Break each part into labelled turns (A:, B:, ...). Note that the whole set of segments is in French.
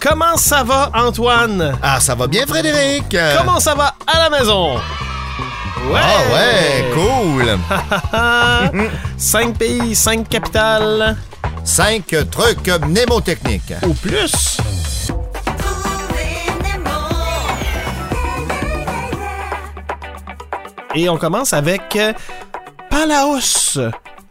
A: Comment ça va, Antoine?
B: Ah, ça va bien, Frédéric? Euh,
A: Comment ça va à la maison? Ouais!
B: Ah ouais, cool!
A: cool! cinq pays, cinq capitales,
B: Cinq trucs mnémotechniques.
A: ou plus. Et on commence avec euh, Palaos.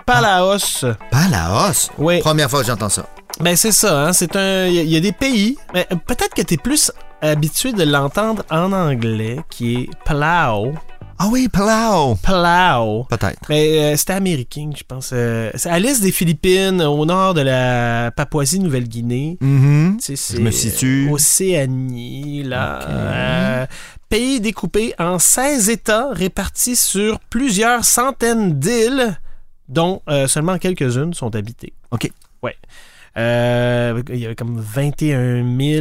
A: Palaos.
B: Palaos?
A: Oui.
B: Première fois que j'entends ça.
A: Ben c'est ça, hein, c'est un il y, a- il y a des pays, mais peut-être que tu es plus habitué de l'entendre en anglais qui est Plao,
B: Ah oui, Palao!
A: Plao.
B: Peut-être.
A: Mais euh, c'était américain, je pense. Euh, c'est à l'est des Philippines, au nord de la Papouasie-Nouvelle-Guinée.
B: Mhm.
A: Tu sais, c'est,
B: Je me situe.
A: euh, Océanie, là. Euh, pays découpé en 16 États répartis sur plusieurs centaines d'îles, dont euh, seulement quelques-unes sont habitées.
B: OK.
A: Ouais. Euh, il y avait comme 21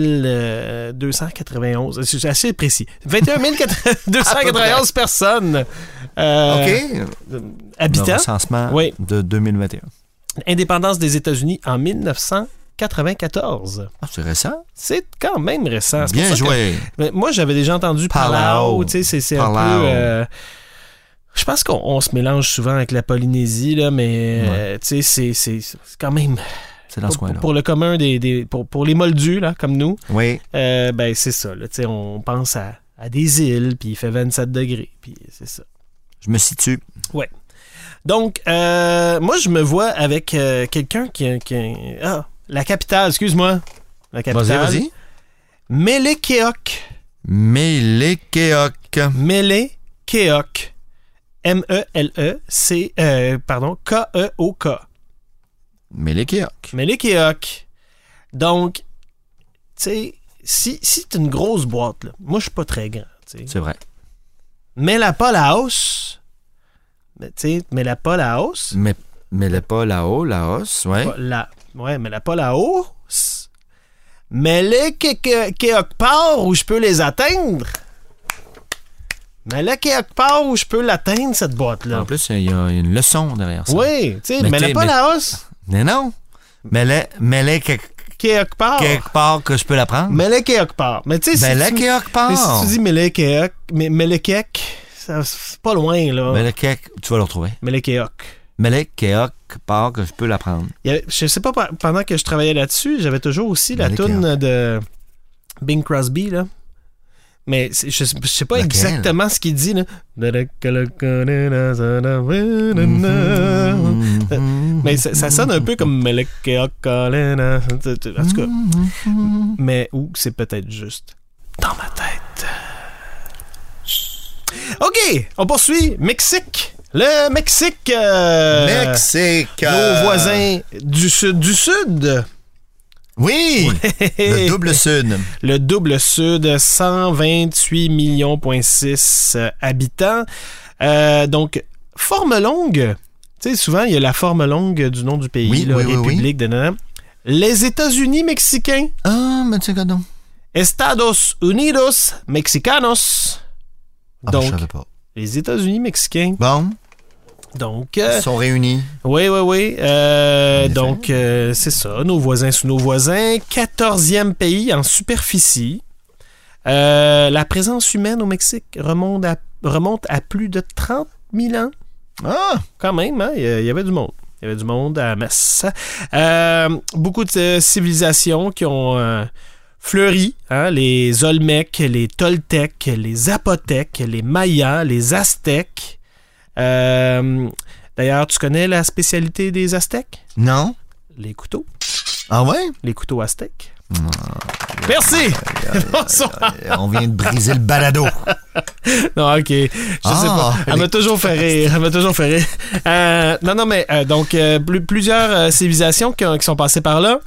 A: euh, 291. C'est assez précis. 21 291 personnes. euh,
B: OK. Le
A: habitants.
B: recensement
A: Oui.
B: de 2021.
A: Indépendance des États-Unis en 1994.
B: Ah, c'est récent.
A: C'est quand même récent. Ah, C'est pour
B: Bien
A: ça que-
B: joué.
A: Mais moi, j'avais déjà entendu
B: Palau.
A: Palau. Tu sais, c'est- c'est un
B: Palau.
A: peu. euh, je pense qu'on on se mélange souvent avec la Polynésie, là, mais euh, tu sais, c'est- c'est c'est quand même.
B: C'est dans ce
A: pour,
B: coin-là.
A: pour le commun des. des- pour, pour les moldus, là, comme nous,
B: Oui.
A: euh, ben c'est ça. Là, tu sais, on pense à, à des îles, puis il fait 27 degrés, puis c'est ça.
B: Je me situe.
A: Donc, euh, moi, je me vois avec euh, quelqu'un qui, a- qui a- Ah, la capitale, excuse-moi. La capitale.
B: Vas-y, vas-y.
A: Melekeok.
B: Melekeok.
A: Melekeok. E M-E-L-E-C... euh, pardon, K-E-O-K.
B: Melekeok.
A: Melekeok. Donc, tu sais, si, si t'es une grosse boîte, là, moi, je suis pas très grand, tu sais.
B: C'est vrai.
A: Mets-la pas la hausse. Mais, Tu sais, mets-la pas la hausse.
B: Mais, mais le pas là-haut, la hausse, oui.
A: Pas La, ouais, mais la pas la hausse. Mais là, quelque part où je peux les atteindre. Mais là, quelque part où je peux l'atteindre, cette boîte-là.
B: En plus, il y, a une leçon derrière ça.
A: Oui, tu sais,
B: Mais
A: mais la
B: t'es-
A: pas
B: mais-
A: la hausse.
B: Mais non. Mais le, mais le quelque,
A: Quelque part.
B: quelque part que je peux la prendre.
A: Mais là, quelque part. Mais tu sais, si,
B: Mais le
A: tu-
B: quelque part.
A: mais si tu dis mais là, quelque- mais- mais là, quelque, ça- c'est pas loin, là.
B: Mais le quelque, tu vas le retrouver.
A: Mais là, quelque.
B: Mais le quelque part que je peux la prendre.
A: Il y avait- je sais pas, pe- pendant que je travaillais là-dessus, j'avais toujours aussi la
B: Mais laquelle?
A: toune de Bing Crosby, là. Mais c'est- je, sais- je sais pas
B: Laquelle?
A: exactement ce qu'il dit, là. Mais ça, ça sonne un peu comme... En tout cas, mais ou c'est peut-être juste dans ma tête. OK, on poursuit. Mexique. Le Mexique. euh,
B: Mexique. euh,
A: nos voisins du sud du sud.
B: Oui. Le double sud.
A: Le double sud, 128 millions point six, euh, habitants. Euh, donc, forme longue. Tu sais, souvent, il y a la forme longue du nom du pays,
B: Oui,
A: la
B: oui, oui, oui.
A: République de nanana. Les États-Unis mexicains.
B: Ah, mais tu sais quoi donc?
A: Estados Unidos Mexicanos.
B: Ah,
A: Donc,
B: je savais pas.
A: les États-Unis mexicains.
B: Bon,
A: Donc,
B: ils
A: euh,
B: sont réunis.
A: Oui, oui, oui. Euh,
B: En effet.
A: donc, euh, c'est ça, nos voisins sous nos voisins. 14e pays en superficie. Euh, la présence humaine au Mexique remonte à, remonte à plus de 30 000 ans.
B: Ah,
A: Quand même, hein, il y a- il y avait du monde. Il y avait du monde à Metz. Euh, beaucoup de euh, civilisations qui ont euh, fleuri. hein, les Olmecs, les Toltecs, les Apothèques, les Mayas, les Aztèques. Euh, D'ailleurs, tu connais la spécialité des Aztèques?
B: non?
A: Les couteaux.
B: Ah ouais?
A: Les couteaux aztèques. Merci! Bonsoir.
B: Euh, On vient de briser le balado.
A: Non, ok. Je sais pas.
B: Ah,
A: Elle m'a
B: les-
A: toujours fait rire. Elle m'a toujours fait rire. Euh, non, non, mais euh, donc, euh, plus- plusieurs euh, civilisations qui, ont- qui sont passées par là.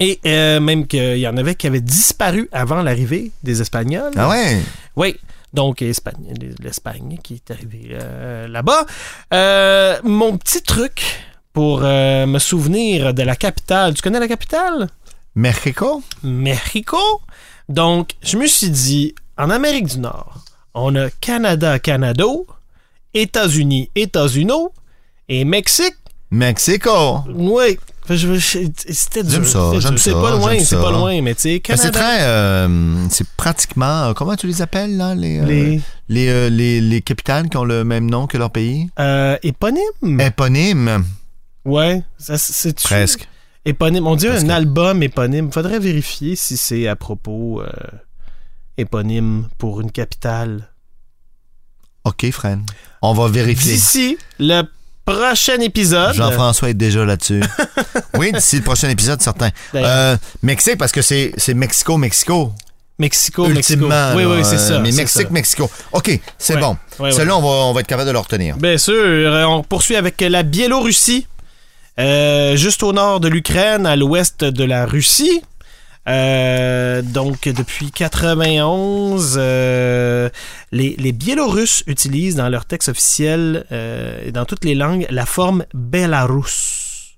A: Et euh, même qu'il y en avait qui avaient disparu avant l'arrivée des Espagnols.
B: Ah ouais?
A: Oui. Donc, Espagne- l'Espagne qui est arrivée euh, là-bas. Euh, mon petit truc pour euh, me souvenir de la capitale. Tu connais la capitale?
B: Mexico?
A: Mexico. Donc, je me suis dit, en Amérique du Nord, on a Canada, Canado, États-Unis, États-Unis, et Mexique,
B: Mexico.
A: Oui. Je- je- C'était dur.
B: J'aime ça,
A: c'était dur.
B: j'aime
A: C'est
B: ça,
A: pas loin,
B: j'aime
A: c'est
B: ça.
A: pas loin, mais tu sais,
B: Ben,
A: Canada.
B: c'est très. euh, c'est pratiquement. euh, comment tu les appelles, là? Les, euh,
A: Les
B: les, euh, les- les capitales qui ont le même nom que leur pays?
A: euh, éponymes.
B: Éponyme.
A: Ouais, ça, c'est
B: Presque.
A: Éponyme. On dirait
B: Parce
A: un
B: que-
A: album éponyme. Faudrait vérifier si c'est à propos euh, éponyme pour une capitale.
B: OK, Fran. On va vérifier.
A: D'ici le prochain épisode.
B: Jean-François est déjà là-dessus. oui, d'ici le prochain épisode, certain.
A: D'ailleurs,
B: Euh, Mexique, parce que c'est c'est Mexico, Mexico.
A: Mexico, Mexico.
B: ultimement.
A: Oui,
B: là,
A: oui, c'est
B: euh,
A: ça.
B: Mais
A: c'est
B: Mexique, Mexico. OK, c'est
A: Ouais,
B: bon.
A: ça. Ouais, ouais.
B: Celui-là, on va, on va être capable de le retenir.
A: Bien sûr, euh, on poursuit avec la Biélorussie, Euh, juste au nord de l'Ukraine, à l'ouest de la Russie. Euh, donc, depuis 91, euh, les, les Biélorusses utilisent dans leur texte officiel euh, et dans toutes les langues la forme E Belarus.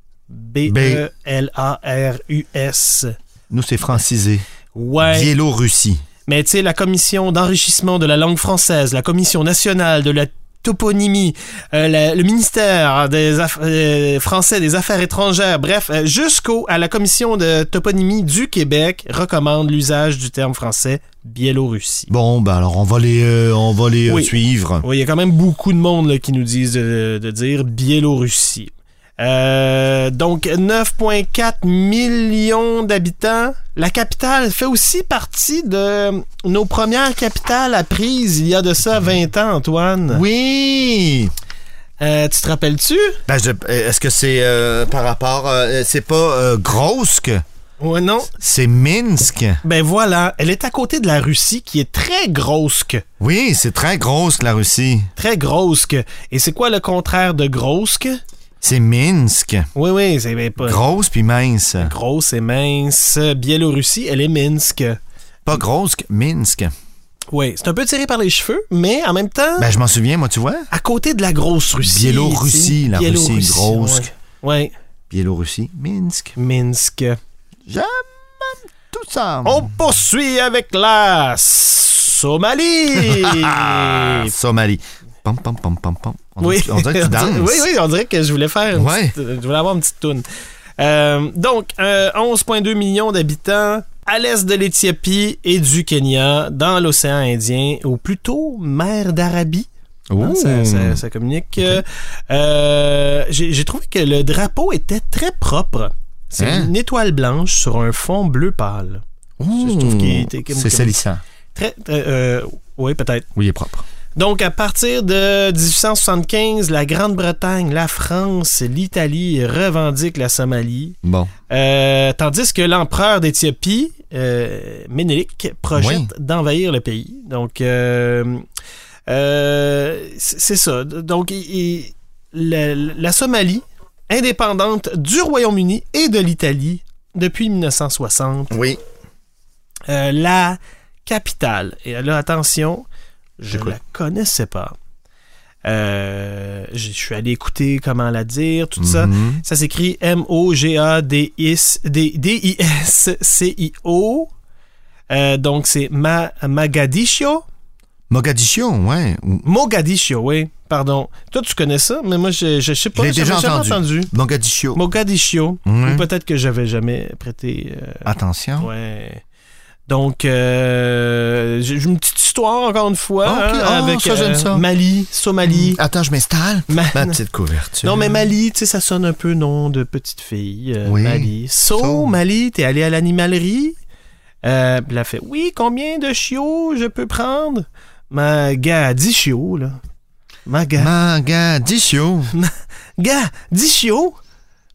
A: B-E-L-A-R-U-S.
B: Nous, c'est francisé.
A: Ouais.
B: Biélorussie.
A: Mais tu sais, la commission d'enrichissement de la langue française, la commission nationale de la toponymie, euh, la- le ministère des Aff- euh, français des Affaires étrangères, bref, euh, jusqu'au à la commission de toponymie du Québec recommande l'usage du terme français Biélorussie.
B: Bon, ben alors, on va les, euh, on va les euh,
A: Oui.
B: suivre.
A: Oui, il y a quand même beaucoup de monde là, qui nous disent de, de dire Biélorussie. Euh, donc 9,4 millions d'habitants. La capitale fait aussi partie de nos premières capitales à prise il y a de ça 20 ans, Antoine.
B: Oui!
A: Euh, tu te rappelles-tu?
B: Ben, je- euh, est-ce que c'est euh, par rapport. euh, c'est pas euh, Grosk,
A: Ouais, non.
B: c'est Minsk.
A: Ben voilà, elle est à côté de la Russie qui est très grosse que.
B: Oui, c'est très Grosk, la Russie.
A: Très grosse que. Et c'est quoi le contraire de grosse que?
B: C'est Minsk.
A: Oui, oui, c'est ben, pas.
B: Grosse puis mince.
A: Grosse et mince. Biélorussie, elle est Minsk.
B: Pas Grosk, Minsk.
A: Oui, c'est un peu tiré par les cheveux, mais en même temps,
B: Ben, je m'en souviens, moi, tu vois.
A: à côté de la grosse Russie.
B: Biélorussie,
A: tu sais.
B: la Russie,
A: Biélorussie,
B: grosse.
A: Ouais. Ouais,
B: Biélorussie, Minsk.
A: Minsk.
B: J'aime tout ça.
A: On poursuit avec la Somalie.
B: Ah, Somalie. Pam, pam, pam, pam, pam. On,
A: oui.
B: dirait, on dirait que tu danses.
A: oui, oui, on dirait que je voulais faire. une
B: Ouais.
A: petite- je voulais avoir une petite toune. Euh, donc, euh, 11,2 millions d'habitants à l'est de l'Éthiopie et du Kenya, dans l'océan Indien, ou plutôt mer d'Arabie. Hein,
B: Ouh.
A: ça, ça- ça communique. Euh, euh, J'ai j'ai trouvé que le drapeau était très propre. C'est
B: Hein?
A: une étoile blanche sur un fond bleu pâle.
B: Ouh.
A: je trouve qu'il était comme-
B: C'est
A: comme-
B: salissant.
A: Très, très, euh, oui, peut-être.
B: Oui, il est propre.
A: Donc, à partir de 1875, la Grande-Bretagne, la France, l'Italie revendiquent la Somalie.
B: Bon.
A: Euh, tandis que l'empereur d'Éthiopie, euh, Ménélik, projette
B: Oui.
A: d'envahir le pays. Donc, euh, euh, c- c'est ça. Donc, il- il- la, la Somalie, indépendante du Royaume-Uni et de l'Italie depuis 1960,
B: Oui.
A: euh, la capitale. Et là, attention, je ne
B: J'écoute.
A: la connaissais pas. Euh, je je suis allé écouter comment la dire, tout ça.
B: Mhm.
A: Ça s'écrit M-O-G-A-D-I-S-C-I-O. Euh, donc, c'est Ma- Magadiscio.
B: Mogadiscio, ouais. Ou-
A: Mogadiscio, oui. Pardon. Toi, tu connais ça, mais moi, je je sais pas.
B: Je l'ai
A: j'avais
B: déjà
A: jamais
B: entendu. Mogadiscio.
A: Mogadiscio.
B: Ouais.
A: Ou peut-être que j'avais jamais prêté. euh,
B: Attention.
A: ouais. Donc, euh, j'ai j'ai une petite histoire, encore une fois,
B: Ah, ok.
A: hein,
B: Ah,
A: avec
B: ça, j'aime ça.
A: Mali, Somalie.
B: Attends, je m'installe.
A: Ma-
B: Ma petite couverture.
A: Non, mais Mali, tu sais, ça sonne un peu nom de petite fille. euh,
B: Oui.
A: Mali. So,
B: So.
A: Mali, t'es allé à l'animalerie? Euh, puis elle a fait, oui, combien de chiots je peux prendre? Ma gars, 10 chiots, là. Ma gars,
B: Mogadiscio.
A: gars, 10 chiots?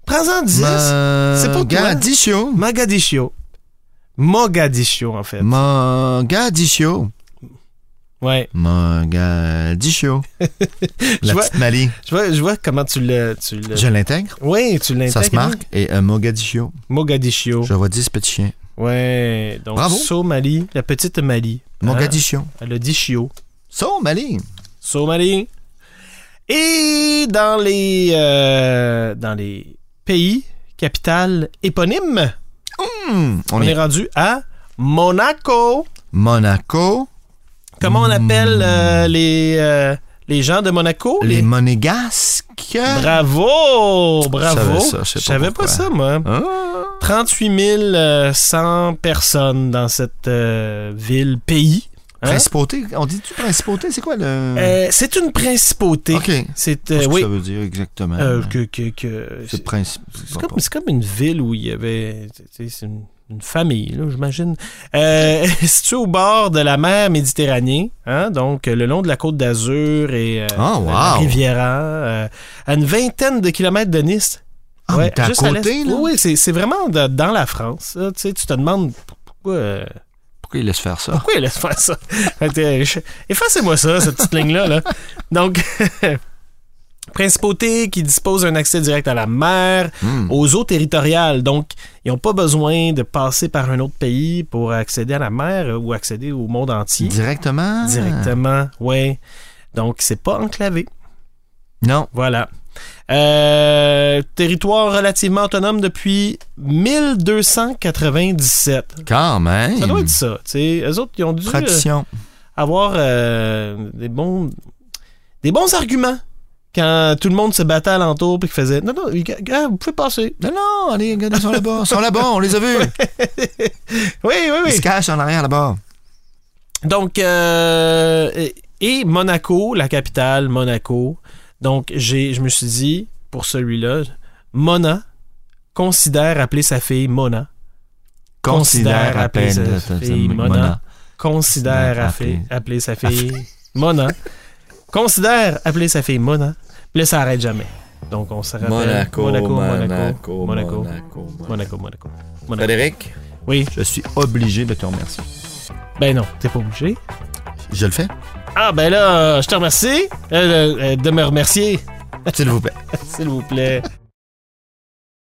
A: Prends-en 10. C'est pour toi.
B: Mogadiscio.
A: Magadiscio. Mogadiscio, en fait.
B: Mogadiscio.
A: ouais.
B: Mogadiscio.
A: Je
B: La
A: vois-
B: petite Mali.
A: Je vois, je vois comment tu le... Tu le...
B: Je l'intègre.
A: Oui, tu l'intègres.
B: Ça se marque. Et un Mogadiscio.
A: Mogadiscio.
B: Je vois 10 petits chiens.
A: Ouais. Donc,
B: Bravo.
A: Somalie, la petite Mali. Hein?
B: Mogadiscio.
A: Elle a 10 chiots.
B: Somalie.
A: Somalie. Et dans les, euh, dans les pays, capitales éponymes,
B: Hmm,
A: on,
B: On
A: est
B: est
A: rendu à Monaco.
B: Monaco.
A: Comment on appelle euh, les, euh, Les gens de Monaco.
B: Mmh. Les monégasques.
A: Bravo! Bravo!
B: savais ça, je sais pas
A: pas
B: pourquoi.
A: ça, moi.
B: Ah.
A: Hein? 38 100 personnes dans cette euh, ville, pays. Hein?
B: Principauté. On dit-tu principauté? C'est quoi le.
A: Euh, c'est une principauté.
B: Mmh. OK.
A: C'est,
B: Qu'est-ce
A: euh,
B: que
A: oui,
B: ça veut dire exactement?
A: euh, que- que- que-
B: C'est principe.
A: C'est comme, c'est comme une ville où il y avait. tu sais, C'est une, une famille, là, j'imagine. Euh, située au bord de la mer Méditerranée, hein, donc euh, le long de la côte d'Azur et euh,
B: Oh, wow.
A: la Riviera, euh, à une vingtaine de kilomètres de Nice.
B: Ah, mais t'es à
A: juste l'est.
B: côté, là?
A: Oui, c'est, c'est vraiment de- dans la France. là, tu sais, tu te demandes pourquoi. euh,
B: Pourquoi il laisse faire ça?
A: pourquoi il laisse faire ça? Fait que, euh, je- Effacez-moi ça, cette petite ligne-là. là. Donc, principauté qui dispose d'un accès direct à la mer,
B: Hmm.
A: aux eaux territoriales. Donc, ils n'ont pas besoin de passer par un autre pays pour accéder à la mer euh, ou accéder au monde entier.
B: Directement?
A: Directement, ouais. Donc, c'est pas enclavé.
B: Non.
A: Voilà. Euh, territoire relativement autonome depuis 1297.
B: Quand même.
A: Ça doit être ça. tu sais. Eux autres, ils ont dû euh,
B: Tradition.
A: avoir euh, des, bons, des bons arguments quand tout le monde se battait alentour et qu'ils faisaient Non, non, gars, vous pouvez passer.
B: Non, non, allez, regardez, ils sont là-bas. Ils sont là-bas, on les a vus.
A: Oui, oui, oui.
B: Ils se cachent en arrière là-bas.
A: Donc, euh, et- et Monaco, la capitale, Monaco. Donc, j'ai, je me suis dit, pour celui-là, Mona considère appeler sa fille Mona. Considère
B: à
A: appeler
B: peine.
A: sa fille Mona. Considère
B: Considère
A: appeler,
B: appeler-
A: appeler sa fille Mona. Considère appeler sa fille Mona. Puis là, ça arrête jamais. Donc, on se rappelle. Monaco, Monaco, Monaco, Monaco, Monaco.
B: Frédéric,
A: Oui,
B: je suis obligé de te remercier.
A: ben non, t'es pas obligé.
B: Je le fais,
A: Ah, ben là, je te remercie euh, euh, de me remercier,
B: s'il vous plaît.
A: s'il vous plaît.